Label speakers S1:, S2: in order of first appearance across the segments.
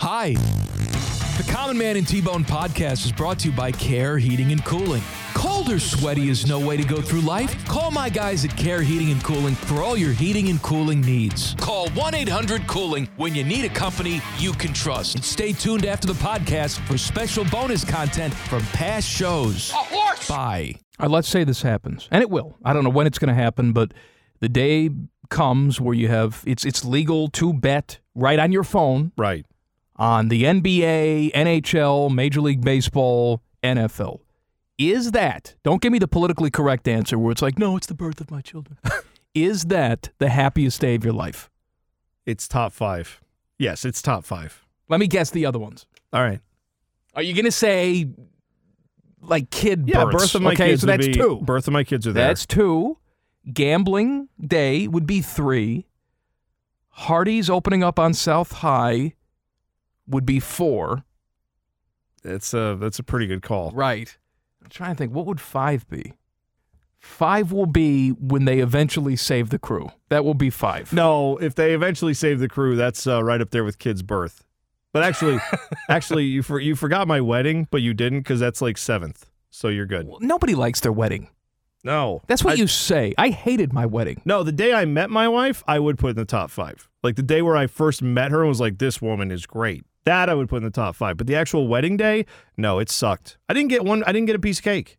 S1: Hi. The Common Man and T Bone podcast is brought to you by Care Heating and Cooling. Cold or sweaty is no way to go through life. Call my guys at Care Heating and Cooling for all your heating and cooling needs. Call 1 800 Cooling when you need a company you can trust. And stay tuned after the podcast for special bonus content from past shows. A horse! Bye. All right, Uh, let's say this happens, and it will. I don't know when it's going to happen, but the day comes where you have it's it's legal to bet right on your phone
S2: Right.
S1: on the NBA, NHL, Major League Baseball, NFL. Is that, don't give me the politically correct answer where it's like, no, it's the birth of my children. Is that the happiest day of your life?
S2: It's top five. Yes, it's top five.
S1: Let me guess the other ones.
S2: All right.
S1: Are you going to say like kid
S2: Yeah,
S1: births?
S2: birth of my
S1: okay,
S2: kids.
S1: so
S2: would
S1: that's
S2: be-
S1: two.
S2: Birth of my kids are there.
S1: That's two. Gambling day would be three. Hardy's opening up on South High would be four.
S2: that's a that's a pretty good call.
S1: Right. I'm trying to think, what would five be? Five will be when they eventually save the crew. That will be five.
S2: No, if they eventually save the crew, that's uh, right up there with kids' birth. But actually, actually, you for, you forgot my wedding, but you didn't because that's like seventh. So you're good.
S1: Well, Nobody likes their wedding.
S2: No,
S1: That's what
S2: I-
S1: you say. I hated my wedding.
S2: No, the day I met my wife, I would put in the top five. Like the day where I first met her and was like, this woman is great. That I would put in the top five. But the actual wedding day, no, it sucked. I didn't get one, I didn't get a piece of cake.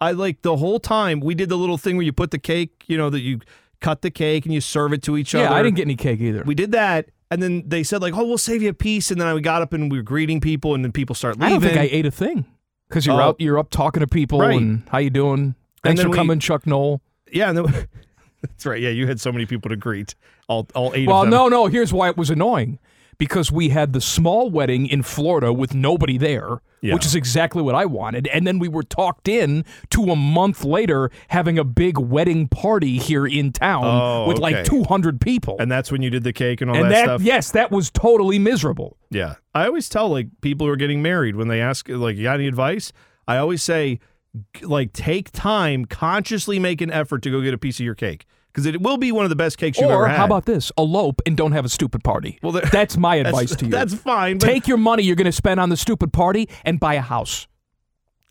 S2: I like the whole time we did the little thing where you put the cake, you know, that you cut the cake and you serve it to each
S1: yeah,
S2: other.
S1: I didn't get any cake either.
S2: We did that. And then they said, like, oh, we'll save you a piece. And then I got up and we were greeting people, and then people start leaving.
S1: I don't think I ate a thing because you're
S2: Oh.
S1: out, you're up talking to people
S2: Right.
S1: and how you doing? Thanks
S2: then
S1: for
S2: we-
S1: coming, Chuck Knoll.
S2: yeah. And then, that's right. Yeah, you had so many people to greet. All, all eight
S1: Well,
S2: of them.
S1: no, no. Here's why it was annoying because we had the small wedding in Florida with nobody there,
S2: Yeah.
S1: which is exactly what I wanted. And then we were talked in to a month later having a big wedding party here in town
S2: Oh,
S1: with like
S2: okay.
S1: 200 people.
S2: And that's when you did the cake and all
S1: And
S2: that,
S1: that,
S2: stuff.
S1: yes, that was totally miserable.
S2: Yeah. I always tell like people who are getting married when they ask like you got any advice, I always say g- like take time, consciously make an effort to go get a piece of your cake cuz it will be one of the best cakes you've ever
S1: or
S2: had.
S1: how about this? Elope and don't have a stupid party.
S2: Well,
S1: Well,
S2: there-
S1: that's my
S2: that's,
S1: advice to you.
S2: That's fine. But
S1: Take your money you're going to spend on the stupid party and buy a house.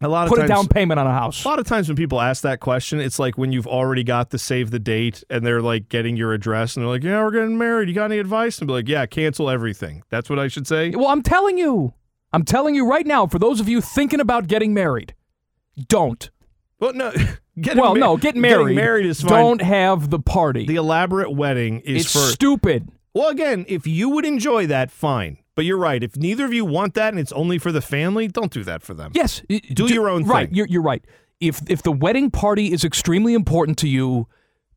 S2: a lot of
S1: Put a
S2: times
S1: down payment on a house.
S2: a lot of times when people ask that question, it's like when you've already got the save the date and they're like getting your address and they're like, "Yeah, we're getting married. You got any advice?" And be like, "Yeah, cancel everything." That's what I should say.
S1: Well, I'm telling you. I'm telling you right now, for those of you thinking about getting married, don't.
S2: Well, no. Getting
S1: well,
S2: ma-
S1: no, get married.
S2: Getting married is fine.
S1: Don't have the party.
S2: the elaborate wedding is
S1: it's
S2: for
S1: stupid.
S2: Well, again, if you would enjoy that, fine. But you're right. If neither of you want that and it's only for the family, don't do that for them.
S1: Yes. i-
S2: Do your own
S1: Right.
S2: thing.
S1: You're, you're right. If if the wedding party is extremely important to you,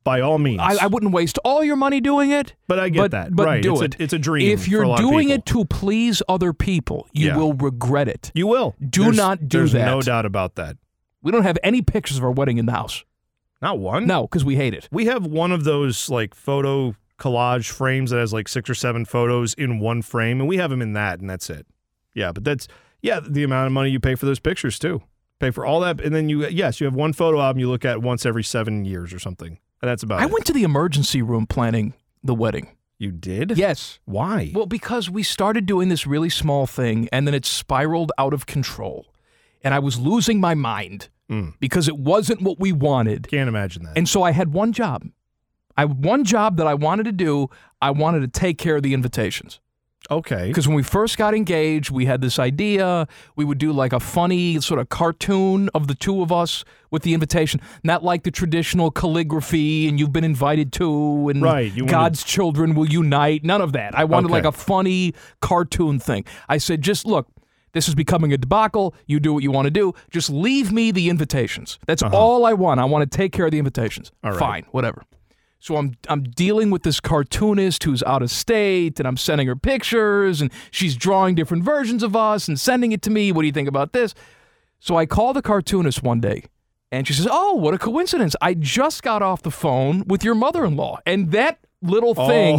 S2: By all means.
S1: I, I wouldn't waste all your money doing it.
S2: but I get
S1: but,
S2: that.
S1: But
S2: right.
S1: do
S2: it's,
S1: it.
S2: A, it's a dream.
S1: If you're
S2: for a lot of
S1: doing it
S2: people.
S1: to please other people, you
S2: Yeah.
S1: will regret it.
S2: you will.
S1: do
S2: There's-
S1: not do
S2: there's
S1: that.
S2: no doubt about that.
S1: We don't have any pictures of our wedding in the house.
S2: Not one.
S1: No, because we hate it.
S2: We have one of those like photo collage frames that has like six or seven photos in one frame, and we have them in that, and that's it. Yeah, but that's yeah the amount of money you pay for those pictures too. Pay for all that, and then you yes you have one photo album you look at once every seven years or something, and that's about
S1: I
S2: it.
S1: went to the emergency room planning the wedding.
S2: You did?
S1: Yes.
S2: Why?
S1: Well, because we started doing this really small thing and then it spiraled out of control. And I was losing my mind
S2: Mm.
S1: because it wasn't what we wanted.
S2: Can't imagine that.
S1: And so I had one job. I had one job that I wanted to do. I wanted to take care of the invitations.
S2: okay.
S1: Because when we first got engaged, we had this idea. We would do like a funny sort of cartoon of the two of us with the invitation, not like the traditional calligraphy and you've been invited to and
S2: Right, you wanted-
S1: God's children will unite. None of that. I wanted
S2: Okay.
S1: like a funny cartoon thing. I said, just look. This is becoming a debacle. You do what you want to do. Just leave me the invitations. That's all I want. I want to take care of the invitations.
S2: Uh-huh. All right.
S1: Fine, whatever. So I'm I'm dealing with this cartoonist who's out of state, and I'm sending her pictures, and she's drawing different versions of us and sending it to me. What do you think about this? So I call the cartoonist one day, and she says, "Oh, what a coincidence! I just got off the phone with your mother-in-law, and that little thing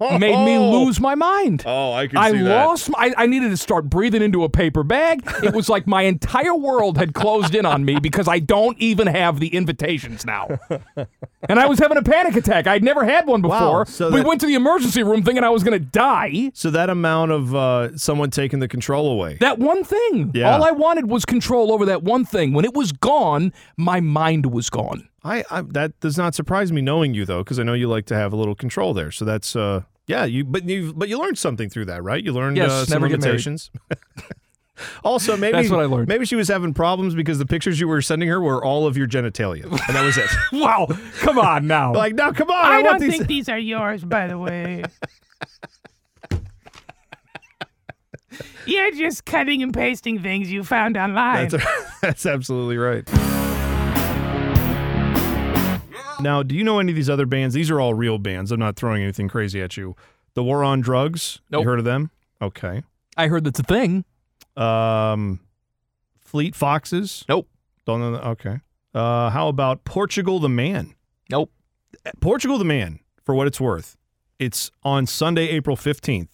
S1: made me lose my mind.
S2: Oh, I can
S1: I
S2: see that.
S1: lost. My, I needed to start breathing into a paper bag. It was like my entire world had closed in on me because I don't even have the invitations now. And I was having a panic attack. I'd never had one
S2: Wow,
S1: before.
S2: so
S1: we
S2: that-
S1: went to the emergency room thinking I was going to die.
S2: So that amount of uh, someone taking the control away.
S1: That one thing.
S2: Yeah.
S1: All I wanted was control over that one thing. When it was gone, my mind was gone.
S2: I, I that does not surprise me knowing you though, because I know you like to have a little control there. So that's uh yeah, you but you but you learned something through that, right? You learned
S1: Yes,
S2: uh, some
S1: never get married.
S2: limitations. also, maybe
S1: That's what I learned.
S2: Maybe she was having problems because the pictures you were sending her were all of your genitalia, and that was it.
S1: Wow. Come on now.
S2: like, now come on, I,
S3: I
S2: want
S3: don't
S2: these.
S3: think these are yours, by the way. You're just cutting and pasting things you found online.
S2: That's, that's absolutely right. Now, do you know any of these other bands? These are all real bands. I'm not throwing anything crazy at you. The War on Drugs.
S1: Nope.
S2: You heard of them? Okay.
S1: I heard that's a thing.
S2: Um, Fleet Foxes.
S1: Nope.
S2: Don't know. That. Okay. Uh, how about Portugal the Man?
S1: Nope.
S2: Portugal the Man, for what it's worth, it's on Sunday, April 15th.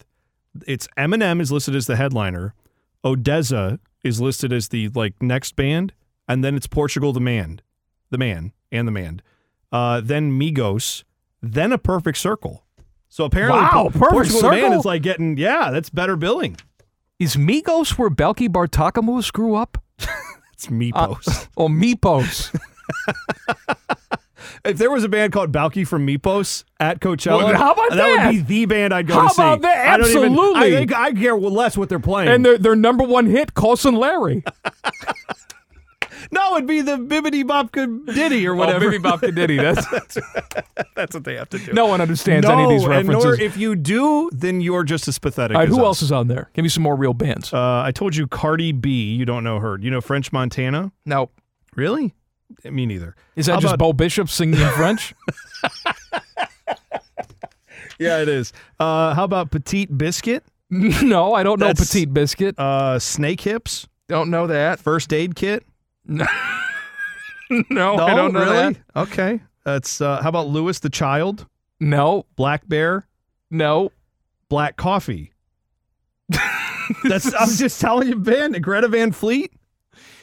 S2: It's Eminem is listed as the headliner. Odessa is listed as the like next band, and then it's Portugal the Man, the Man and the Man. Uh, then Migos, then a Perfect Circle. So apparently,
S1: Wow,
S2: Po-
S1: Perfect
S2: Portugal the Man
S1: Circle?
S2: is like getting yeah, that's better billing.
S1: Is Migos where Belky Bartakamus grew up?
S2: It's Mipos.
S1: Or Mipos?
S2: If there was a band called Balky from Mipos at Coachella,
S1: Well, how about
S2: would
S1: that?
S2: be the band I'd go
S1: How
S2: to see.
S1: about that?
S2: I don't even- I,
S1: Absolutely.
S2: think I care less what they're playing.
S1: and their, their number one hit, Colson Larry.
S2: no, it'd be the Bibbidi Bopka Diddy or whatever.
S1: Oh, Bibi Bob Diddy. That's,
S2: That's what they have to do.
S1: no one understands
S2: no,
S1: any of these
S2: and nor-
S1: references.
S2: if you do, then you're just as pathetic.
S1: All right,
S2: as
S1: who
S2: us.
S1: else is on there? Give me some more real bands.
S2: Uh, I told you Cardi B. You don't know her. You know French Montana?
S1: no.
S2: Really? Eh, Me neither.
S1: Is that
S2: How
S1: just
S2: about-
S1: Bo Bishop singing in French?
S2: Yeah, it is. Uh, how about Petite Biscuit?
S1: no, I don't know
S2: That's-
S1: Petite Biscuit.
S2: Uh, Snake Hips?
S1: Don't know that.
S2: First Aid Kit?
S1: No, I
S2: No,
S1: don't know
S2: Oh, really?
S1: that.
S2: Okay. That's uh, how about Lewis the Child?
S1: No,
S2: Black Bear,
S1: no.
S2: Black Coffee. That's I'm just telling you, Ben. Greta Van Fleet.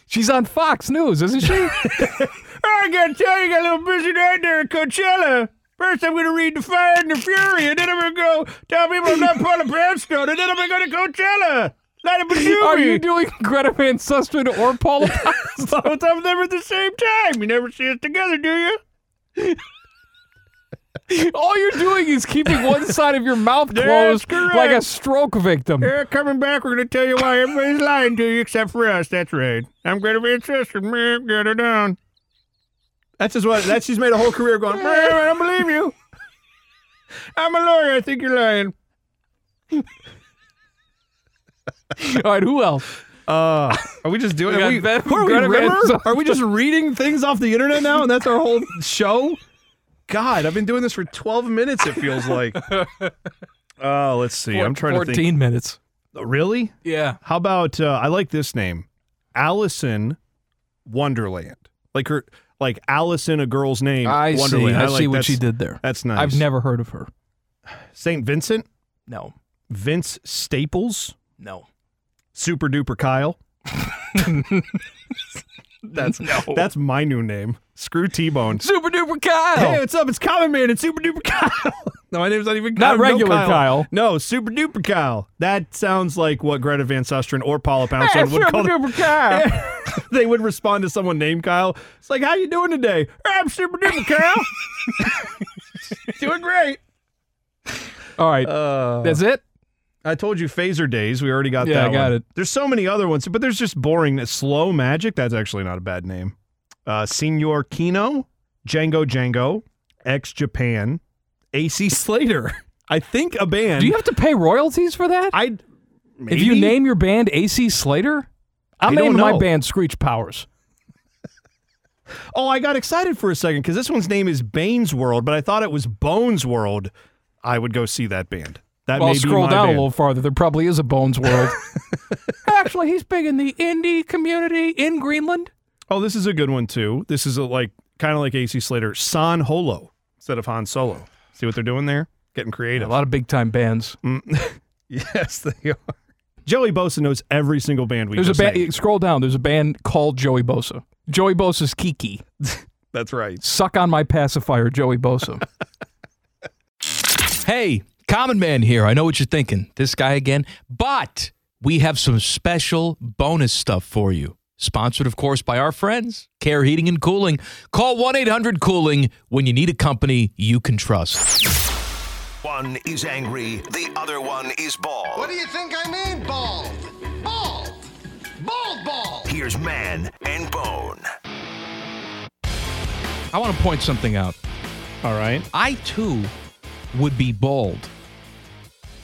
S1: She's on Fox News, isn't she?
S2: I gotta tell you, I got a little busy night there at Coachella. First, I'm gonna read The Fire and the Fury, and then I'm gonna go tell people I'm not part of Brownstone, and then I'm gonna go to Coachella. Light up a
S1: Are you
S2: Fury.
S1: doing Greta Van Susteren or Paula? Pow-
S2: Both of them at the same time. You never see us together, do you?
S1: All you're doing is keeping one side of your mouth
S2: That's
S1: closed like a
S2: correct.
S1: stroke victim.
S2: Yeah, coming back, we're gonna tell you why everybody's lying to you except for us. That's right. I'm gonna be insistent. Meh, Get her down. That's just what. That's she's made a whole career going. "Meh, I don't believe you. I'm a lawyer. I think you're lying.
S1: All right, who else?
S2: Uh, are we just doing?
S1: We
S2: are
S1: got
S2: we,
S1: Ben-
S2: who are, we
S1: Greta Van
S2: Rimmer?
S1: Sant.
S2: are we just reading things off the internet now, and that's our whole show? God, I've been doing this for 12 minutes. It feels like. Oh, let's see.
S1: Four-
S2: I'm trying
S1: 14
S2: to think.
S1: minutes.
S2: Really?
S1: Yeah.
S2: How about uh, I like this name, Allison Wonderland. Like her, like Allison, a girl's name.
S1: I see.
S2: Wonderland.
S1: I,
S2: like
S1: see what
S2: that's-
S1: she did there.
S2: That's nice.
S1: I've never heard of her.
S2: Saint Vincent,
S1: No.
S2: Vince Staples,
S1: No.
S2: Super Duper Kyle. that's
S1: No.
S2: that's my new name. Screw T Bone.
S1: Super duper Kyle.
S2: Hey, what's up? It's Common Man and Super Duper Kyle. no, my name's not even
S1: Not
S2: I'm no
S1: regular Kyle.
S2: No, Super Duper Kyle. That sounds like what Greta Van Susteren or Paula Poundstone would
S1: Super
S2: call them.
S1: duper Kyle.
S2: they would respond to someone named Kyle. It's like, how you doing today? "Eh, I'm super duper Kyle. doing great.
S1: All right.
S2: Uh,
S1: That's it?
S2: I told you phaser days. We already got
S1: Yeah,
S2: that.
S1: I got
S2: one.
S1: it.
S2: There's so many other ones, but there's just boring. Slow magic. That's actually not a bad name. Uh, Senor Kino, Django Django, X Japan, AC Slater. I think a band.
S1: Do you have to pay royalties for that?
S2: I.
S1: If you
S2: maybe?
S1: name your band AC Slater, I'm
S2: I don't
S1: naming my
S2: know.
S1: band Screech Powers.
S2: Oh, I got excited for a second because this one's name is Bane's World, but I thought it was Bones World. I would go see that band. That
S1: Well,
S2: may
S1: scroll
S2: be my
S1: down
S2: band.
S1: a little farther. There probably is a Bones World. Actually, he's big in the indie community in Greenland.
S2: Oh, this is a good one too. This is a, like kind of like AC Slater, San Holo instead of Han Solo. See what they're doing there? Getting
S1: A
S2: creative.
S1: lot of big time bands.
S2: Mm, yes, they are. Joey Bosa knows every single band we
S1: There's a
S2: just named.
S1: band. Scroll down. There's a band called Joey Bosa. Joey Bosa's Kiki.
S2: That's right.
S1: Suck on my pacifier, Joey Bosa. hey, Common Man here. I know what you're thinking. This guy again. But we have some special bonus stuff for you. Sponsored, of course, by our friends, Care Heating and Cooling. Call 1 800 Cooling when you need a company you can trust.
S4: One is angry, the other one is bald.
S5: What do you think I mean, bald? Bald! Bald, bald!
S4: Here's Man and Bone.
S1: I want to point something out.
S2: All right.
S1: I too would be bald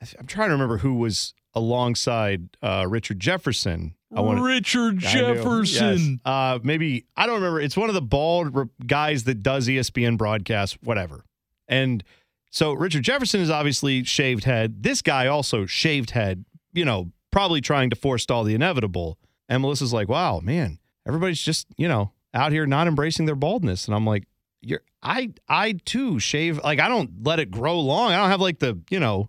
S2: I th- I'm trying to remember who was alongside uh, Richard Jefferson. I wanna-
S1: Richard
S2: I knew. Yes. Uh, maybe I don't remember. It's one of the bald re- guys that does E ESPN broadcasts, whatever. And so Richard Jefferson is obviously shaved head. This guy also shaved head. You know, probably trying to forestall the inevitable. And Melissa's like, "Wow, man, everybody's just you know out here not embracing their baldness." And I'm like, "You're I I too shave. Like I don't let it grow long. I don't have like the you know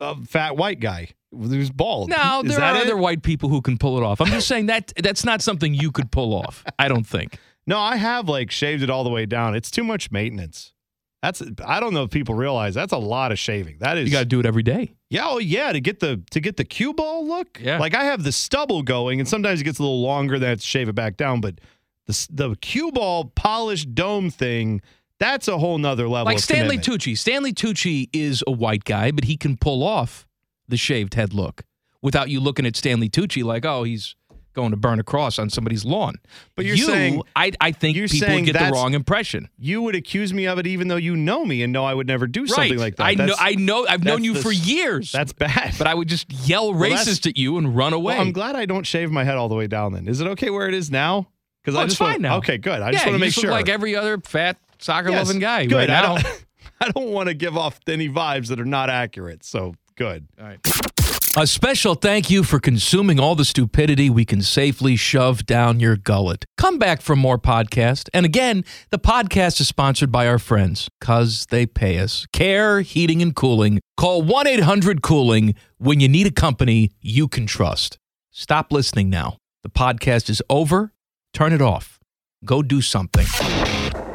S2: a fat white guy who's bald.
S1: No,
S2: Is
S1: there
S2: that
S1: are
S2: it?
S1: other white people who can pull it off. I'm just saying that that's not something you could pull off. I don't think.
S2: No, I have like shaved it all the way down. It's too much maintenance. That's I don't know if people realize that's a lot of shaving. That is
S1: You got to do it every day.
S2: yeah, oh yeah, to get the to get the cue ball look.
S1: Yeah.
S2: Like I have the stubble going, and sometimes it gets a little longer. Then I have to shave it back down, but the s- the cue ball polished dome thing. That's a whole nother level.
S1: Like
S2: of
S1: Stanley
S2: commitment.
S1: Tucci. Stanley Tucci is a white guy, but he can pull off the shaved head look without you looking at Stanley Tucci like, oh, he's going to burn a cross on somebody's lawn.
S2: But you're
S1: You,
S2: saying-
S1: I, I think
S2: you're
S1: people
S2: saying
S1: would get the
S2: that's-
S1: wrong impression.
S2: you would accuse me of it even though you know me and know I would never do something like that.
S1: I know.
S2: That's-
S1: I know. I've known
S2: that's
S1: you
S2: the
S1: for
S2: s-
S1: years.
S2: that's bad.
S1: but I would just yell
S2: that's-
S1: racist at you and run away.
S2: well, I'm glad I don't shave my head all the way down then. Is it okay where it is now? Because
S1: Oh,
S2: I
S1: it's
S2: just wanna-
S1: fine now.
S2: Okay, good. I
S1: yeah,
S2: just want to
S1: you
S2: make
S1: just
S2: sure.
S1: look like every other fat soccer
S2: Yes,
S1: loving guy
S2: good.
S1: right
S2: I
S1: now.
S2: don't, I don't want to give off any vibes that are not accurate. So good.
S1: A special thank you for consuming all the stupidity we can safely shove down your gullet. Come back for more podcast. And again, the podcast is sponsored by our friends cuz they pay us. Care Heating and Cooling. Call 1-800-Cooling when you need a company you can trust. Stop listening now. The podcast is over. Turn it off. Go do something.